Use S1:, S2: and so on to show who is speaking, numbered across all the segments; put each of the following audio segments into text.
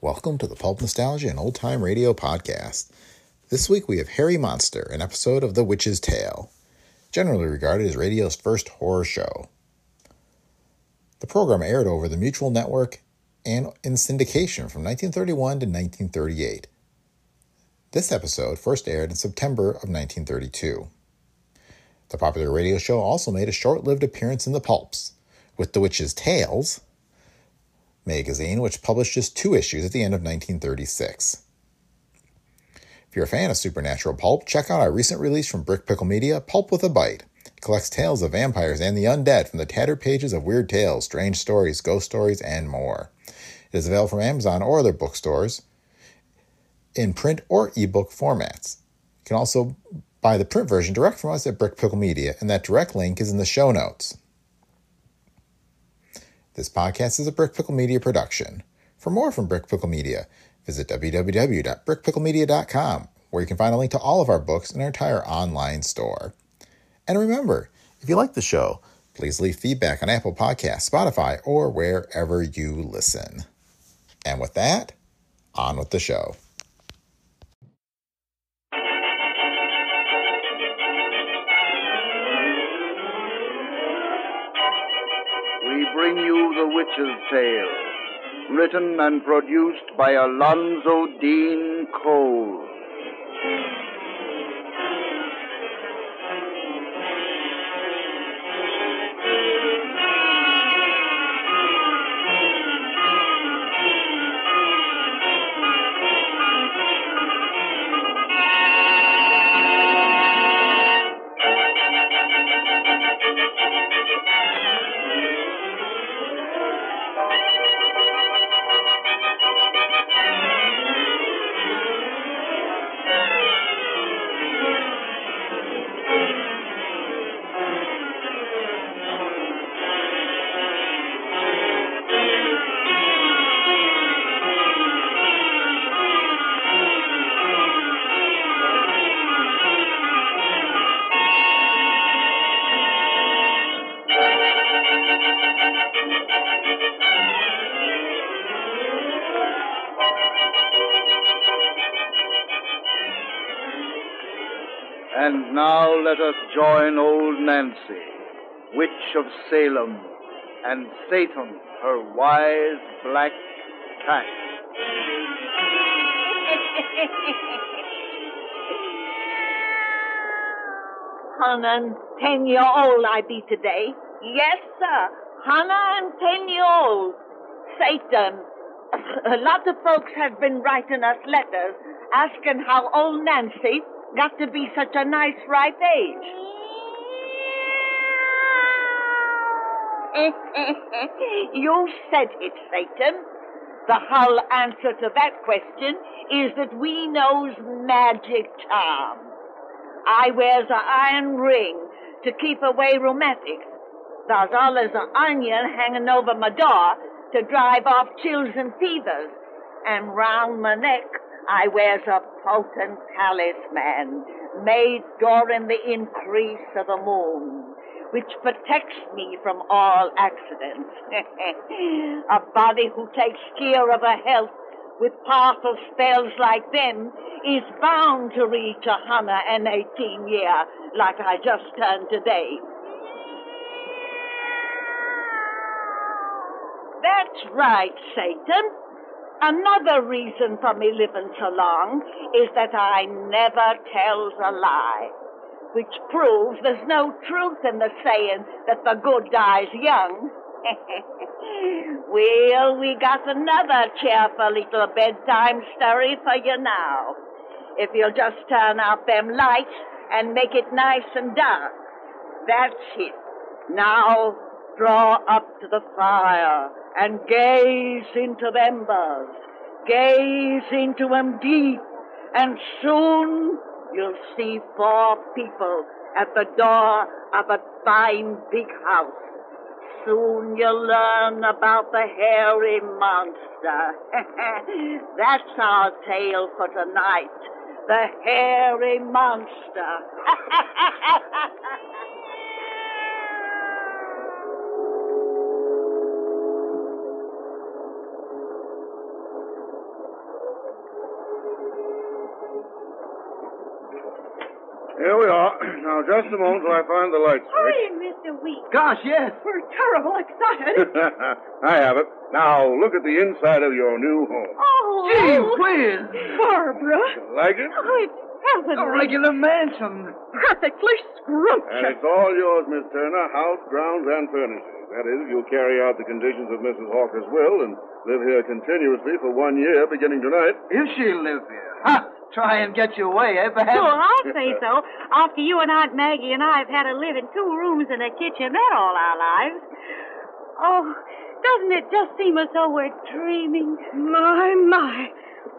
S1: Welcome to the Pulp Nostalgia and Old Time Radio podcast. This week we have Harry Monster, an episode of The Witch's Tale, generally regarded as radio's first horror show. The program aired over the Mutual Network and in syndication from 1931 to 1938. This episode first aired in September of 1932. The popular radio show also made a short lived appearance in the pulps, with The Witch's Tales magazine, which published just two issues at the end of 1936. If you're a fan of supernatural pulp, check out our recent release from Brick Pickle Media, Pulp with a Bite. It collects tales of vampires and the undead from the tattered pages of weird tales, strange stories, ghost stories, and more. It is available from Amazon or other bookstores in print or ebook formats. You can also buy the print version direct from us at Brick Pickle Media, and that direct link is in the show notes. This podcast is a Brick Pickle Media production. For more from Brick Pickle Media, visit www.brickpicklemedia.com, where you can find a link to all of our books and our entire online store. And remember, if you like the show, please leave feedback on Apple Podcasts, Spotify, or wherever you listen. And with that, on with the show.
S2: We bring you The Witch's Tale, written and produced by Alonzo Dean Cole. And now let us join old Nancy, Witch of Salem, and Satan, her wise black cat.
S3: Hannah and ten year old I be today.
S4: Yes, sir.
S3: Hannah and ten year old. Satan. A lot of folks have been writing us letters asking how old Nancy got to be such a nice ripe age. you said it, Satan. The whole answer to that question is that we knows magic charm. I wears a iron ring to keep away rheumatics. There's always an onion hanging over my door to drive off chills and fevers. And round my neck, I wears a potent talisman made during the increase of the moon, which protects me from all accidents. a body who takes care of her health with powerful spells like them is bound to reach a hundred and eighteen year, like I just turned today. That's right, Satan. Another reason for me living so long is that I never tells a lie, which proves there's no truth in the saying that the good dies young. well, we got another cheerful little bedtime story for you now. If you'll just turn out them lights and make it nice and dark. That's it. Now draw up to the fire and gaze into the embers. Gaze into 'em deep, and soon you'll see four people at the door of a fine big house. Soon you'll learn about the hairy monster. That's our tale for tonight. The hairy monster.
S2: Here we are. Now, just a moment till I find the light switch.
S4: Hurry, Mr. Weeks.
S5: Gosh, yes.
S4: We're terrible excited.
S2: I have it. Now, look at the inside of your new home.
S4: oh,
S5: Gee whiz.
S4: Barbara.
S2: Like it?
S4: Oh, it's heavenly.
S5: A regular mansion.
S4: Perfectly
S2: And
S4: scrumptious.
S2: it's all yours, Miss Turner, house, grounds, and furnishings. That is, if you carry out the conditions of Mrs. Hawker's will and live here continuously for one year beginning tonight.
S5: If she lived here. Ha! Try and get you away, eh, perhaps?
S6: Sure, I'll say so. After you and Aunt Maggie and I have had to live in two rooms and a kitchenette all our lives. Oh, doesn't it just seem as though we're dreaming?
S4: My, my.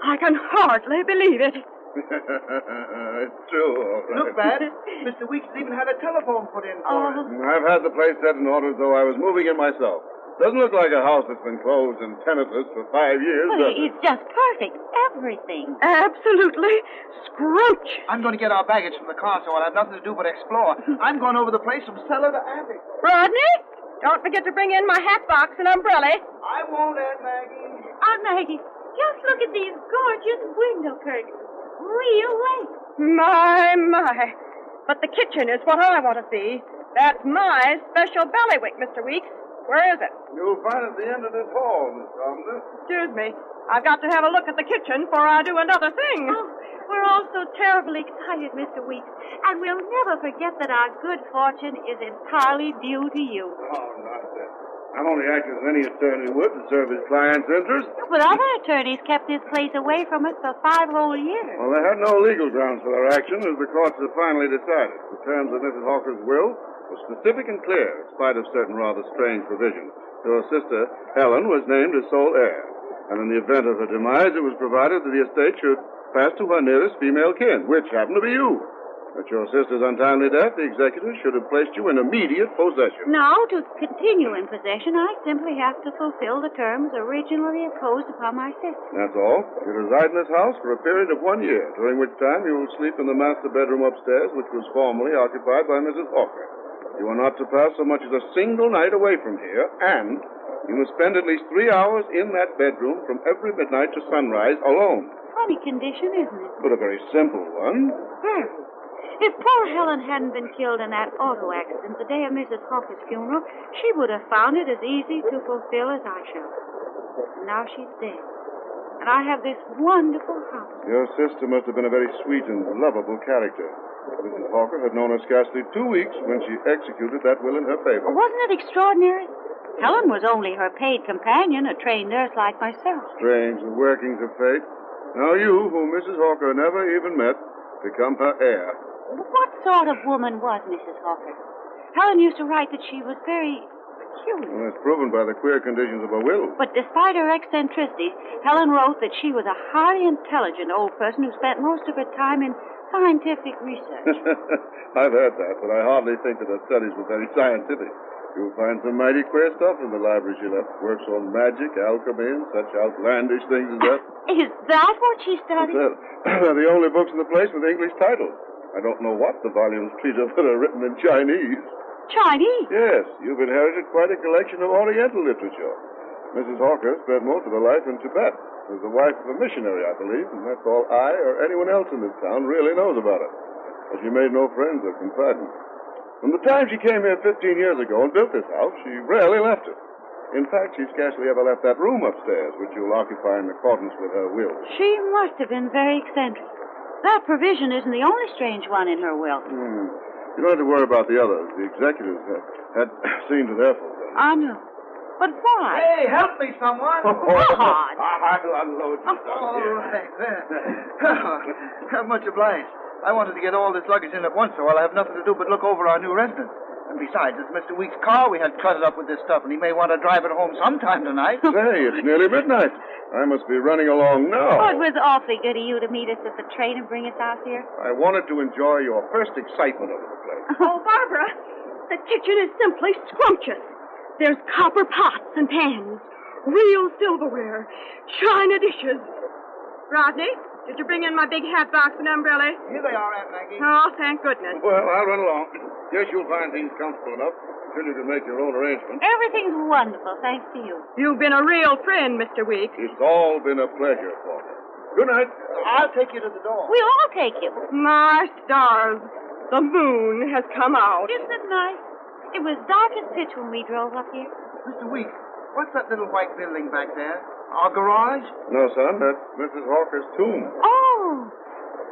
S4: I can hardly believe it.
S2: it's true, all right.
S5: Look, Bad. Mr. Weeks even had a telephone put in for us.
S2: I've had the place set in order as though I was moving in myself. Doesn't look like a house that's been closed and tenantless for five years, does
S6: Well,
S2: it?
S6: it's just perfect. Everything.
S4: Absolutely scrumptious.
S5: I'm going to get our baggage from the car, so I'll have nothing to do but explore. I'm going over the place from cellar to attic.
S4: Rodney, don't forget to bring in my hat box and umbrella.
S5: I won't, Aunt Maggie.
S6: Aunt Maggie, just look at these gorgeous window curtains. Real lace.
S4: My, my. But the kitchen is what I want to see. That's my special ballywick, Mr. Weeks. Where is it?
S2: You'll find it at the end of this hall, Miss Thompson.
S4: Excuse me. I've got to have a look at the kitchen before I do another thing.
S6: Oh, we're all so terribly excited, Mr. Weeks. And we'll never forget that our good fortune is entirely due to you.
S2: Oh, nonsense. I'm only acting as any attorney would to serve his client's interests.
S6: But other attorneys kept this place away from us for five whole years.
S2: Well, they had no legal grounds for their action, as the courts have finally decided. The terms of Mrs. Hawker's will were specific and clear, in spite of certain rather strange provisions. Your sister, Helen, was named as sole heir, and in the event of her demise, it was provided that the estate should pass to her nearest female kin, which happened to be you. At your sister's untimely death, the executors should have placed you in immediate possession.
S6: Now, to continue in possession, I simply have to fulfill the terms originally imposed upon my sister.
S2: That's all. You reside in this house for a period of one year, during which time you will sleep in the master bedroom upstairs, which was formerly occupied by Mrs. Hawker. You are not to pass so much as a single night away from here, and you must spend at least three hours in that bedroom from every midnight to sunrise alone.
S6: Funny condition, isn't it?
S2: But a very simple one.
S6: Very. If poor Helen hadn't been killed in that auto accident the day of Mrs. Hawker's funeral, she would have found it as easy to fulfill as I shall. Now she's dead. And I have this wonderful house.
S2: Your sister must have been a very sweet and lovable character. Mrs. Hawker had known her scarcely two weeks when she executed that will in her favor.
S6: Wasn't it extraordinary? Helen was only her paid companion, a trained nurse like myself.
S2: strange the workings of fate. Now you, whom Mrs. Hawker never even met, become her heir.
S6: What sort of woman was Mrs. Hawker? Helen used to write that she was very peculiar.
S2: And that's proven by the queer conditions of her will.
S6: But despite her eccentricities, Helen wrote that she was a highly intelligent old person who spent most of her time in scientific research.
S2: I've heard that, but I hardly think that her studies were very scientific. You'll find some mighty queer stuff in the library she left. Works on magic, alchemy, and such outlandish things as that.
S6: Is that what she studied?
S2: They're the only books in the place with English titles. I don't know what the volumes treat of that are written in Chinese.
S6: Chinese.
S2: Yes, you've inherited quite a collection of Oriental literature. Mrs. Hawker spent most of her life in Tibet. She was the wife of a missionary, I believe, and that's all I or anyone else in this town really knows about her. But she made no friends or confidants. From the time she came here 15 years ago and built this house, she rarely left it. In fact, she scarcely ever left that room upstairs, which you'll occupy in accordance with her will.
S6: She must have been very eccentric. That provision isn't the only strange one in her will.
S2: Hmm. You don't have to worry about the others. The executors had, had seen to their full
S6: I know. But why?
S5: Hey, help me, someone.
S2: Oh,
S5: Oh,
S6: God.
S2: I'll unload you down
S5: All
S2: here.
S5: right, there. eh. Much obliged. I wanted to get all this luggage in at once, so I'll have nothing to do but look over our new residence. And besides, it's Mr. Weeks' car we had cluttered up with this stuff, and he may want to drive it home sometime tonight.
S2: Say, it's nearly midnight. I must be running along now.
S6: Oh, it was awfully good of you to meet us at the train and bring us out here.
S2: I wanted to enjoy your first excitement over the place.
S4: Oh, Barbara, the kitchen is simply scrumptious. There's copper pots and pans, real silverware, china dishes. Rodney, did you bring in my big hat box and umbrella?
S5: Here they are, Aunt Maggie.
S4: Oh, thank goodness.
S2: Well, I'll run along. Guess you'll find things comfortable enough until you can make your own arrangements.
S6: Everything's wonderful, thanks to you.
S4: You've been a real friend, Mr. Weeks.
S2: It's all been a pleasure, Paul. Good night.
S5: I'll take you to the door.
S6: We'll all take you.
S4: My stars. The moon has come out.
S6: Isn't it nice? It was dark as pitch when we drove up here.
S5: Mr. Weeks, what's that little white building back there? Our garage?
S2: No, son, that's Mrs. Hawker's tomb.
S6: Oh,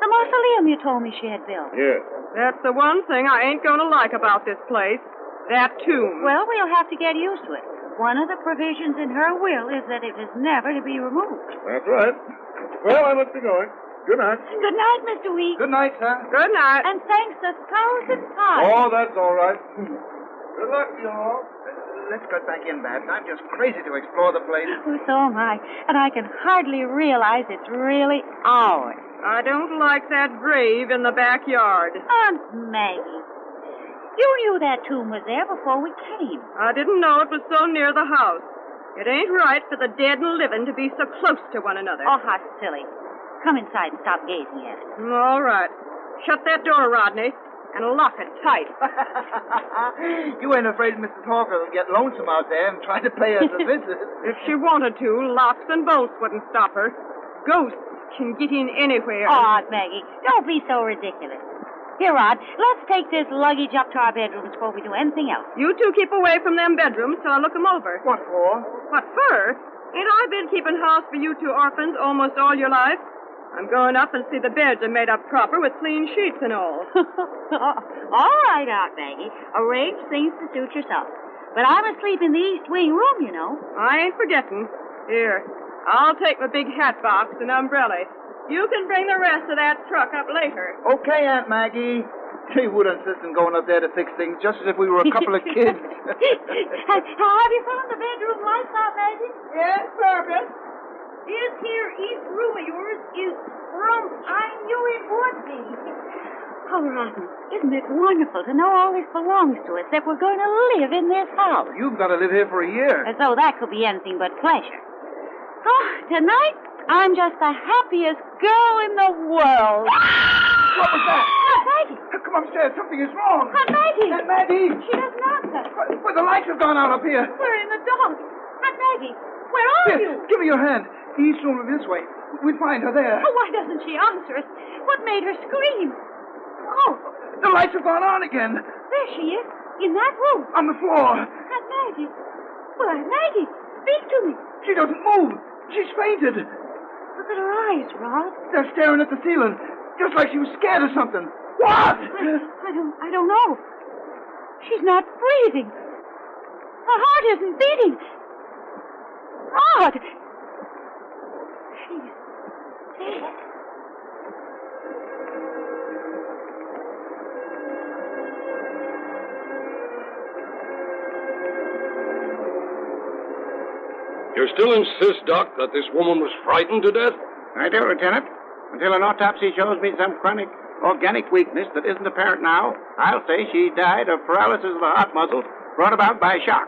S6: the mausoleum you told me she had built.
S2: Yes.
S4: That's the one thing I ain't going to like about this place. That tomb.
S6: Well, we'll have to get used to it. One of the provisions in her will is that it is never to be removed.
S2: That's right. Well, I must be going. Good night.
S6: Good night, Mr. Weeks.
S5: Good night, sir.
S4: Good night.
S6: And thanks a thousand times.
S2: Oh, that's all right. Good luck to you all.
S5: Let's get back in, Babs. I'm just crazy to explore the place.
S6: Oh, so am I. And I can hardly realize it's really ours.
S4: I don't like that grave in the backyard.
S6: Aunt Maggie, you knew that tomb was there before we came.
S4: I didn't know it was so near the house. It ain't right for the dead and living to be so close to one another.
S6: Oh, how silly. Come inside and stop gazing at it.
S4: All right. Shut that door, Rodney, and lock it tight.
S5: you ain't afraid Mrs. Hawker will get lonesome out there and try to pay us a visit.
S4: if she wanted to, locks and bolts wouldn't stop her. Ghosts can get in anywhere.
S6: Oh, Aunt Maggie, don't be so ridiculous. Here, Rod, let's take this luggage up to our bedrooms before we do anything else.
S4: You two keep away from them bedrooms till I look 'em over.
S5: What for?
S4: What for? Ain't I been keeping house for you two orphans almost all your life? I'm going up and see the beds are made up proper with clean sheets and all.
S6: All right, Aunt Maggie. Arrange things to suit yourself. But I must sleep in the east wing room, you know.
S4: I ain't forgetting. Here, I'll take my big hat box and umbrella. You can bring the rest of that truck up later.
S5: Okay, Aunt Maggie. She would insist on going up there to fix things just as if we were a couple of kids.
S6: Have you found the bedroom lights, Aunt Maggie?
S3: Yes, Fergus. This here east room of yours is from I knew it would be.
S6: Oh, Rotten, isn't it wonderful to know all this belongs to us, that we're going to live in this house?
S5: You've got to live here for a year.
S6: As though that could be anything but pleasure. Oh, tonight, I'm just the happiest girl in the world.
S3: Ah!
S5: What was that?
S6: Aunt Maggie!
S5: Come upstairs. Something is wrong.
S6: Aunt Maggie!
S5: Aunt Maggie!
S6: She doesn't answer.
S5: Well, the lights have gone out up here.
S6: We're in the dark. Aunt Maggie, where are
S5: Here,
S6: you?
S5: give me your hand. The east room is this way. We'll find her there.
S6: Oh, why doesn't she answer us? What made her scream? Oh,
S5: The lights have gone on again.
S6: there she is, in that room.
S5: On the floor.
S6: Aunt Maggie. Well, Aunt Maggie, speak to me.
S5: She doesn't move. She's fainted.
S6: Look at her eyes, Rod.
S5: They're staring at the ceiling, just like she was scared of something. What?
S6: I, I don't I don't know. She's not breathing. Her heart isn't beating. Rod! She's dead.
S7: You still insist, Doc, that this woman was frightened to death?
S8: I do, Lieutenant. Until an autopsy shows me some chronic organic weakness that isn't apparent now, I'll say she died of paralysis of the heart muscle brought about by shock.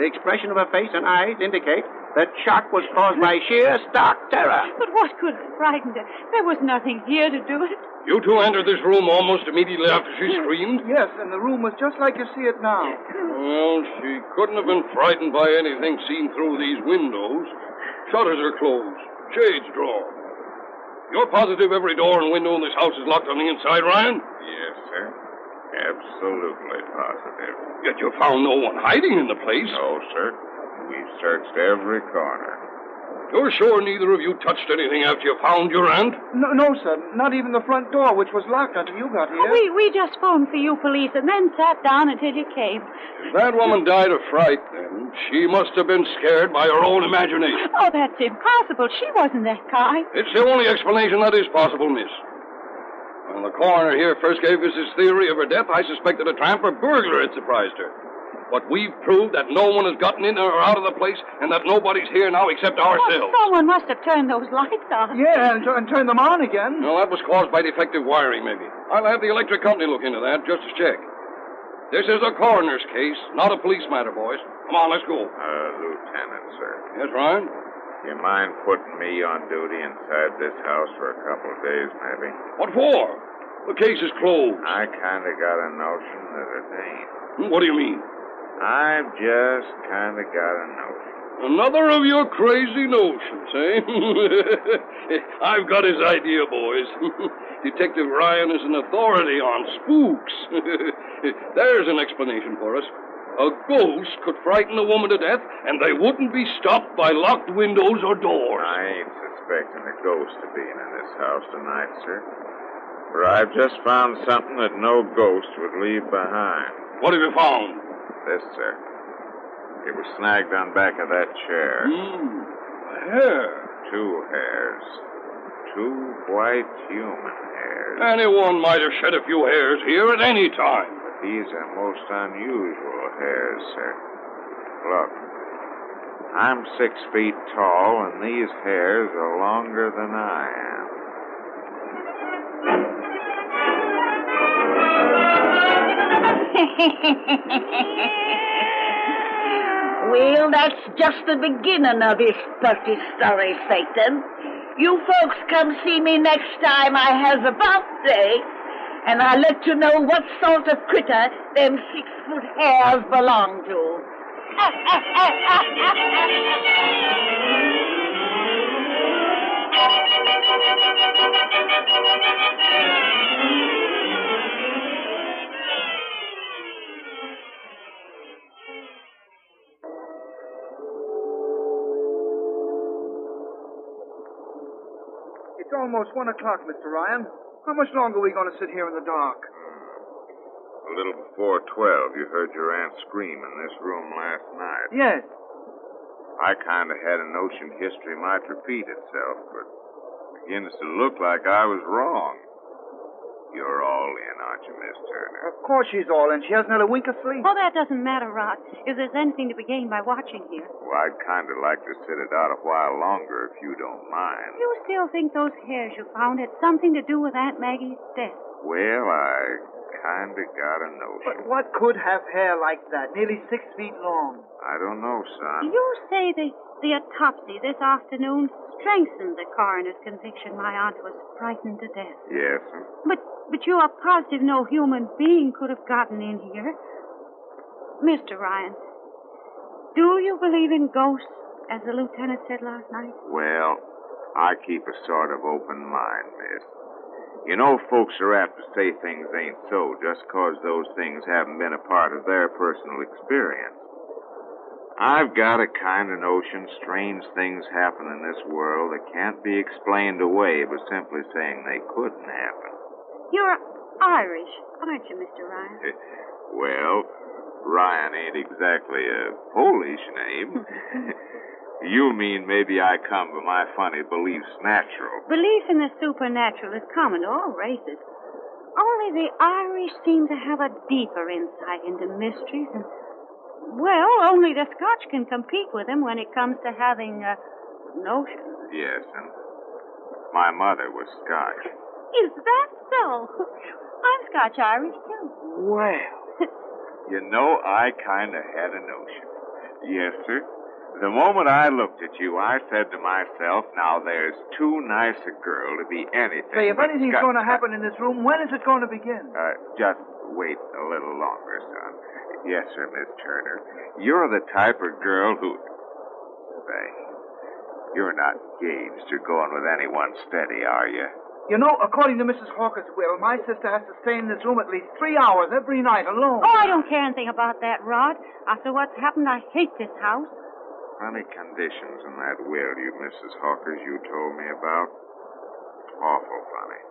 S8: The expression of her face and eyes indicate that shock was caused by sheer stark terror.
S6: But what could have frightened her? There was nothing here to do it.
S7: You two entered this room almost immediately after she screamed?
S5: Yes, and the room was just like you see it now.
S7: Well, she couldn't have been frightened by anything seen through these windows. Shutters are closed, shades drawn. You're positive every door and window in this house is locked on the inside, Ryan?
S8: Yes, sir. Absolutely positive.
S7: Yet you found no one hiding in the place.
S8: sir. We've searched every corner.
S7: You're sure neither of you touched anything after you found your aunt?
S5: No, no, sir. Not even the front door, which was locked until you got here.
S6: We, we just phoned for you, police, and then sat down until you came.
S7: If that woman died of fright, then she must have been scared by her own imagination.
S6: Oh, that's impossible. She wasn't that kind.
S7: It's the only explanation that is possible, miss. When the coroner here first gave us his theory of her death, I suspected a tramp or burglar had surprised her. But we've proved that no one has gotten in or out of the place and that nobody's here now except
S6: Well,
S7: ourselves.
S6: someone must have turned those lights on.
S5: Yeah, and, tu- and turned them on again.
S7: Well, that was caused by defective wiring, maybe. I'll have the electric company look into that just to check. This is a coroner's case, not a police matter, boys. Come on, let's go.
S8: Uh, Lieutenant, sir.
S7: Yes, Ryan?
S8: You mind putting me on duty inside this house for a couple of days, maybe?
S7: What for? The case is closed.
S8: I kind of got a notion that it ain't.
S7: Hmm, What do you mean?
S8: I've just kind of got a notion.
S7: Another of your crazy notions, eh? I've got his idea, boys. Detective Ryan is an authority on spooks. There's an explanation for us. A ghost could frighten a woman to death, and they wouldn't be stopped by locked windows or doors.
S9: I ain't suspecting a ghost of being in this house tonight, sir. For I've just found something that no ghost would leave behind.
S7: What have you found?
S9: This, sir. It was snagged on back of that chair.
S7: Hmm. A hair.
S9: Two hairs. Two white human hairs.
S7: Anyone might have shed a few hairs here at any time.
S9: These are most unusual hairs, sir. Look, I'm six feet tall, and these hairs are longer than I am.
S3: well, that's just the beginning of his dirty story, Satan. You folks come see me next time I have a birthday and I'll let you know what sort of critter them six foot hairs belong to.
S5: It's almost one o'clock, Mr. Ryan. How much longer are we going to sit here in the dark?
S9: A little before 12, you heard your aunt scream in this room last night.
S5: Yes.
S9: I kind of had a notion history might repeat itself, but begins to look like I was wrong. You're all in, aren't you, Miss Turner?
S5: Of course she's all in. She hasn't had a wink of sleep.
S6: Oh, that doesn't matter, Rod, if there's anything to be gained by watching here.
S9: Well, I'd kind of like to sit it out a while longer if you don't mind.
S6: You still think those hairs you found had something to do with Aunt Maggie's death?
S9: Well, I kind of got a notion.
S5: But what could have hair like that, nearly six feet long?
S9: I don't know, son.
S6: You say the, the autopsy this afternoon strengthened the coroner's conviction my aunt was frightened to death.
S9: Yes, sir.
S6: But, but you are positive no human being could have gotten in here. Mr. Ryan, do you believe in ghosts, as the lieutenant said last night?
S9: Well, I keep a sort of open mind, miss. You know, folks are apt to say things ain't so just 'cause those things haven't been a part of their personal experience. I've got a kind of notion strange things happen in this world that can't be explained away by simply saying they couldn't happen.
S6: You're Irish, aren't you, Mr. Ryan?
S9: well, Ryan ain't exactly a Polish name. You mean maybe I come to my funny beliefs natural.
S6: Belief in the supernatural is common to all races. Only the Irish seem to have a deeper insight into mysteries, and, well, only the Scotch can compete with them when it comes to having uh, notions.
S9: Yes, and my mother was Scotch.
S6: Is that so? I'm Scotch Irish, too.
S9: Well, you know, I kind of had a notion. Yes, sir. The moment I looked at you, I said to myself, now there's too nice a girl to be anything.
S5: Say, if
S9: but
S5: anything's
S9: Scot-
S5: going to happen in this room, when is it going to begin?
S9: Uh, just wait a little longer, son. Yes, sir, Miss Turner. You're the type of girl who. Say, you're not engaged or going with anyone steady, are you?
S5: You know, according to Mrs. Hawker's will, my sister has to stay in this room at least three hours every night alone.
S6: Oh, I don't care anything about that, Rod. After what's happened, I hate this house.
S9: Funny conditions in that will you, Mrs. Hawkers, you told me about. Awful funny.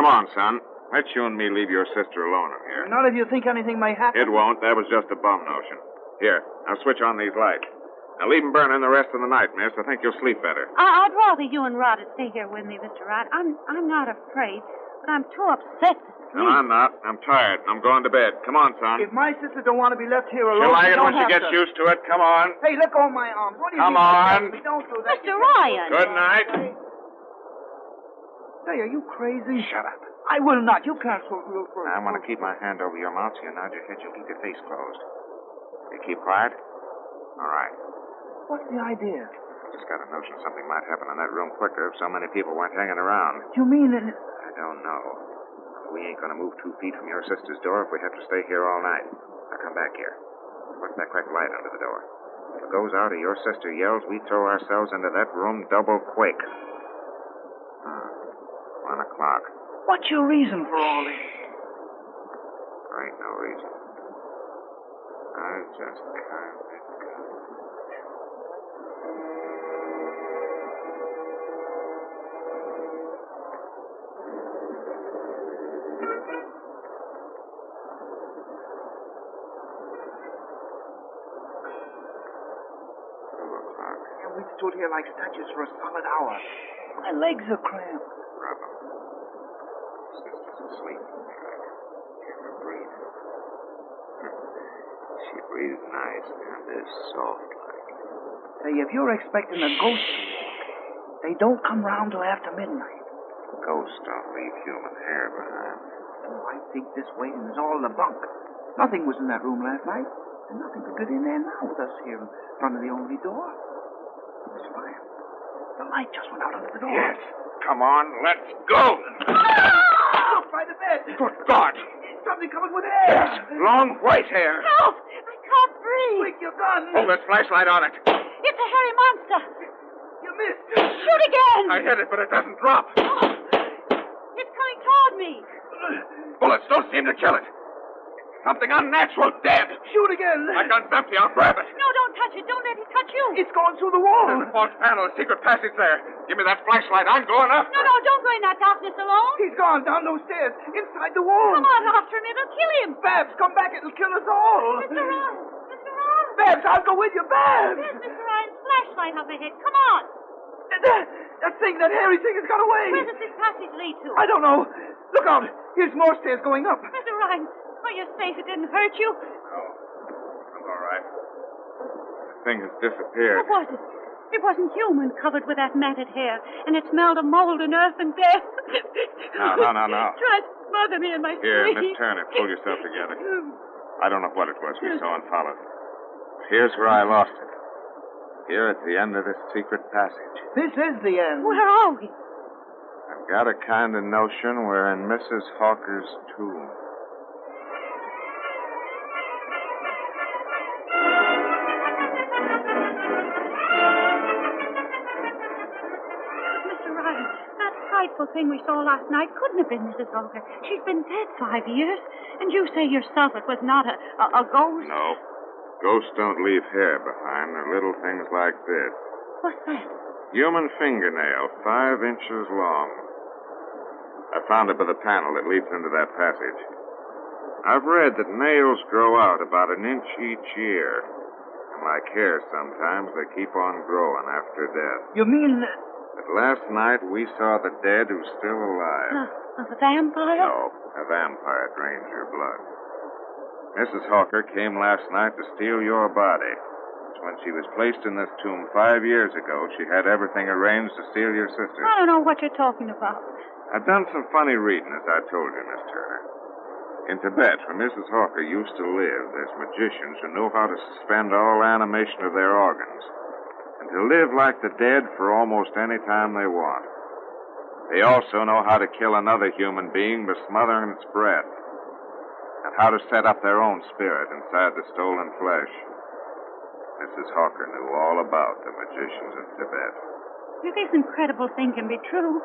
S9: Come on, son. Let you and me leave your sister alone in here.
S5: Not if you think anything may happen.
S9: It won't. That was just a bum notion. Here, now switch on these lights. Now leave 'em burning the rest of the night, miss. I think you'll sleep better.
S6: I- I'd rather you and Rod would stay here with me, Mr. Rod. I'm, I'm not afraid, but I'm too upset to
S9: No,
S6: sleep.
S9: I'm not. I'm tired. I'm going to bed. Come on, son.
S5: If my sister don't want to be left here alone,
S9: She'll like
S5: she
S9: it
S5: don't
S9: when she
S5: have
S9: gets
S5: to.
S9: used to it. Come on.
S5: Hey, let go of my arms. What do you
S9: Come
S5: mean by
S9: on.
S5: that? We Don't do that.
S6: Mr. Ryan!
S9: Good night.
S5: Say, are you crazy?
S9: Shut up.
S5: I will not. You can't smoke real first.
S8: I want to keep my hand over your mouth so you nod your head. You'll keep your face closed. You keep quiet? All right.
S5: What's the idea?
S8: Just got a notion something might happen in that room quicker if so many people weren't hanging around.
S5: You mean that...
S8: I don't know. We ain't going to move two feet from your sister's door if we have to stay here all night. Now come back here. What's that cracked light under the door?
S9: If it goes out or your sister yells, we throw ourselves into that room double quick. Huh.
S8: Hmm.
S9: One o'clock.
S5: What's your reason for all this?
S9: There ain't no reason. I just kind of Two o'clock.
S5: And we stood here like statues for a solid hour. My legs are cramped.
S9: Bravo. Sister's asleep. Hear her breathe. She breathes nice and is soft like.
S5: Say, if you're expecting a ghost, they don't come round till after midnight.
S9: Ghosts don't leave human hair behind.
S5: Oh, I think this waiting is all the bunk. Nothing was in that room last night, and nothing could get in there now with us here in front of the only door. Miss Ryan, the light just went out under the door.
S9: Yes. Come on, let's go.
S5: Look Ah! by the bed.
S9: Good God.
S5: Something coming with air.
S9: Long white hair.
S6: Help! I can't breathe.
S5: Quick, your gun.
S9: Hold that flashlight on it.
S6: It's a hairy monster.
S5: You missed.
S6: Shoot again.
S9: I hit it, but it doesn't drop.
S6: It's coming toward me.
S9: Bullets don't seem to kill it. Something unnatural dead.
S5: Shoot again.
S9: My gun's empty. I'll grab it.
S6: No, don't touch it. Don't let it touch you.
S5: It's going through the wall.
S9: There's a false panel, a secret passage there. Give me that flashlight. I'm going up.
S6: No, no, don't go in that darkness alone.
S5: He's gone down those stairs, inside the wall.
S6: Come on after him. It'll kill him.
S5: Babs, come back. It'll kill us all.
S6: Mr. Ryan. Mr. Ryan.
S5: Babs, I'll go with you. Babs.
S6: There's Mr. Ryan's flashlight up ahead. Come on.
S5: That, that thing, that hairy thing has got away.
S6: Where does this passage lead to?
S5: I don't know. Look out. Here's more stairs going up.
S6: Mr. Ryan, are you safe? It didn't hurt you?
S9: No. I'm all right. The thing has disappeared.
S6: What was it? It wasn't human covered with that matted hair, and it smelled of mold and earth and death.
S9: No, no, no, no.
S6: Try to smother me in my
S9: Here,
S6: sleep.
S9: Miss Turner, pull yourself together. I don't know what it was we saw and followed. Here's where I lost it. Here at the end of this secret passage.
S5: This is the end.
S6: Where are we?
S9: I've got a kind of notion we're in Mrs. Hawker's tomb.
S6: Mr. Ryan, that frightful thing we saw last night couldn't have been Mrs. Walker. She's been dead five years, and you say yourself it was not a, a, a ghost.
S9: No. Ghosts don't leave hair behind. They're little things like this.
S6: What's that?
S9: Human fingernail, five inches long. I found it by the panel that leads into that passage. I've read that nails grow out about an inch each year. And like hair sometimes, they keep on growing after death.
S5: You mean
S9: But last night we saw the dead who's still alive.
S6: A, a vampire?
S9: No, a vampire drains your blood. Mrs. Hawker came last night to steal your body. It's When she was placed in this tomb five years ago, she had everything arranged to steal your sister.
S6: I don't know what you're talking about.
S9: I've done some funny reading, as I told you, Miss Turner. In Tibet, where Mrs. Hawker used to live, there's magicians who know how to suspend all animation of their organs and to live like the dead for almost any time they want. They also know how to kill another human being by smothering its breath and how to set up their own spirit inside the stolen flesh. Mrs. Hawker knew all about the magicians of Tibet.
S6: If this incredible thing can be true,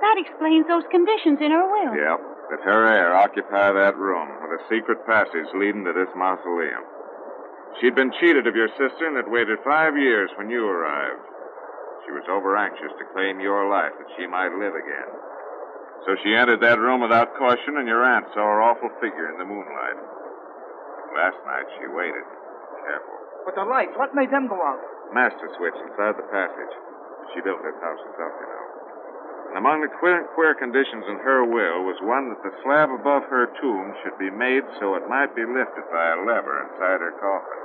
S6: that explains those conditions in her will.
S9: Yep. But her heir occupied that room with a secret passage leading to this mausoleum. She'd been cheated of your sister and had waited five years when you arrived. She was over anxious to claim your life that she might live again. So she entered that room without caution, and your aunt saw her awful figure in the moonlight. Last night she waited. Careful.
S5: But the lights, what made them go out?
S9: Master switch inside the passage. She built this house herself, you know. And among the queer, queer conditions in her will was one that the slab above her tomb should be made so it might be lifted by a lever inside her coffin.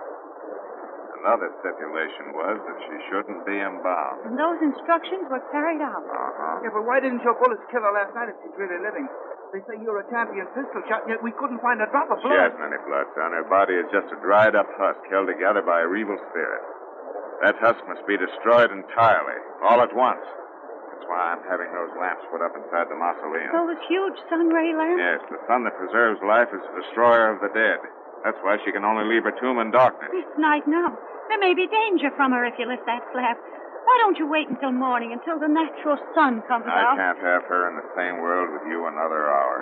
S9: Another stipulation was that she shouldn't be embalmed.
S6: And those instructions were carried out.
S9: Uh-huh.
S5: Yeah, but why didn't your bullets kill her last night if she's really living? They say you're a champion pistol shot, yet we couldn't find a drop of
S9: She
S5: blood.
S9: hasn't any blood, son. Her body is just a dried up husk held together by a evil spirit. That husk must be destroyed entirely, all at once. That's why I'm having those lamps put up inside the mausoleum.
S6: Those huge sun ray lamps.
S9: Yes, the sun that preserves life is the destroyer of the dead. That's why she can only leave her tomb in darkness.
S6: It's night now. There may be danger from her if you lift that flap. Why don't you wait until morning, until the natural sun comes
S9: I
S6: out?
S9: can't have her in the same world with you another hour.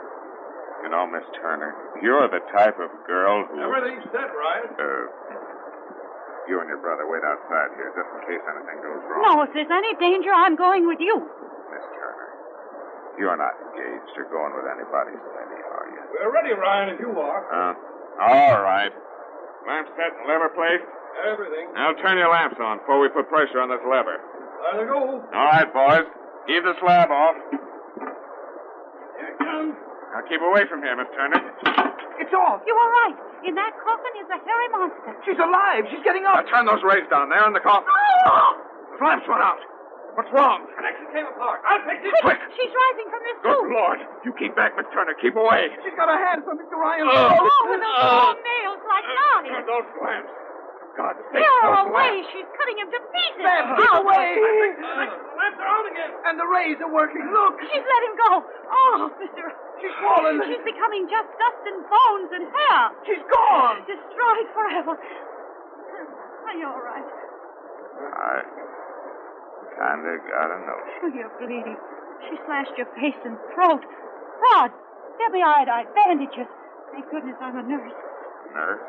S9: You know, Miss Turner, you're the type of girl who.
S7: Everything's set, Ryan.
S9: Uh, you and your brother wait outside here just in case anything goes wrong.
S6: No, if there's any danger, I'm going with you.
S9: Miss Turner, you're not engaged or going with anybody steady, are you?
S7: We're ready, Ryan, if you are.
S9: Uh, all right. Lamp set and lever placed.
S7: Everything.
S9: Now turn your lamps on before we put pressure on this lever.
S7: There they go.
S9: All right, boys. Keep the slab off.
S7: Here it comes.
S9: Now keep away from here, Miss Turner.
S5: It's off.
S6: You are right. In that coffin is a hairy monster.
S5: She's alive. She's getting up.
S9: Now turn those rays down there in the coffin.
S5: The
S9: lamps went out. What's wrong?
S7: Connection came apart. I'll take this.
S9: Quick!
S6: She's rising from this
S9: Good
S6: tomb.
S9: Lord! You keep back, Miss Turner. Keep away.
S5: She's got her hand for Mr. Ryan.
S6: Oh, with those long nails like knives.
S9: Those lamps. For God's sake,
S6: Tear her
S9: those
S6: away.
S9: lamps.
S6: She's cutting him to pieces.
S5: Ma'am, keep
S6: Oh,
S5: away.
S7: The lamps are on again.
S5: And the rays are working. Look.
S6: She's let him go. Oh, Mr.
S5: She's fallen.
S6: She's becoming just dust and bones and hair.
S5: She's gone.
S6: Destroyed forever. Are you all right?
S9: I kinda got a notion.
S6: Oh, you're bleeding. She slashed your face and throat. Rod, Debbie iodide, bandages. Thank goodness I'm a nurse.
S9: Nurse,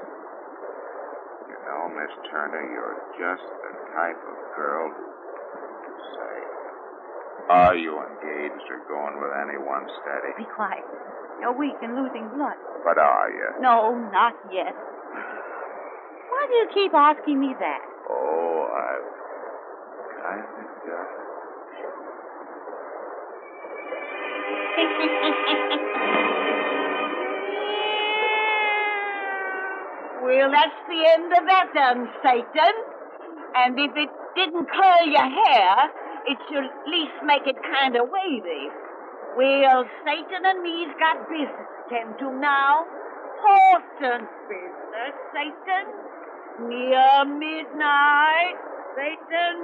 S9: you know, Miss Turner, you're just the type of girl who say, are you engaged or going with anyone
S6: Be
S9: steady?
S6: quiet. You're weak and losing blood.
S9: But are you?
S6: No, not yet. Why do you keep asking me that?
S9: Oh, I've kinda got it.
S3: Well, that's the end of that then, Satan. And if it didn't curl your hair, it should at least make it kind of wavy. Well, Satan and me's got business to tend to now. Important business, Satan. Near midnight, Satan.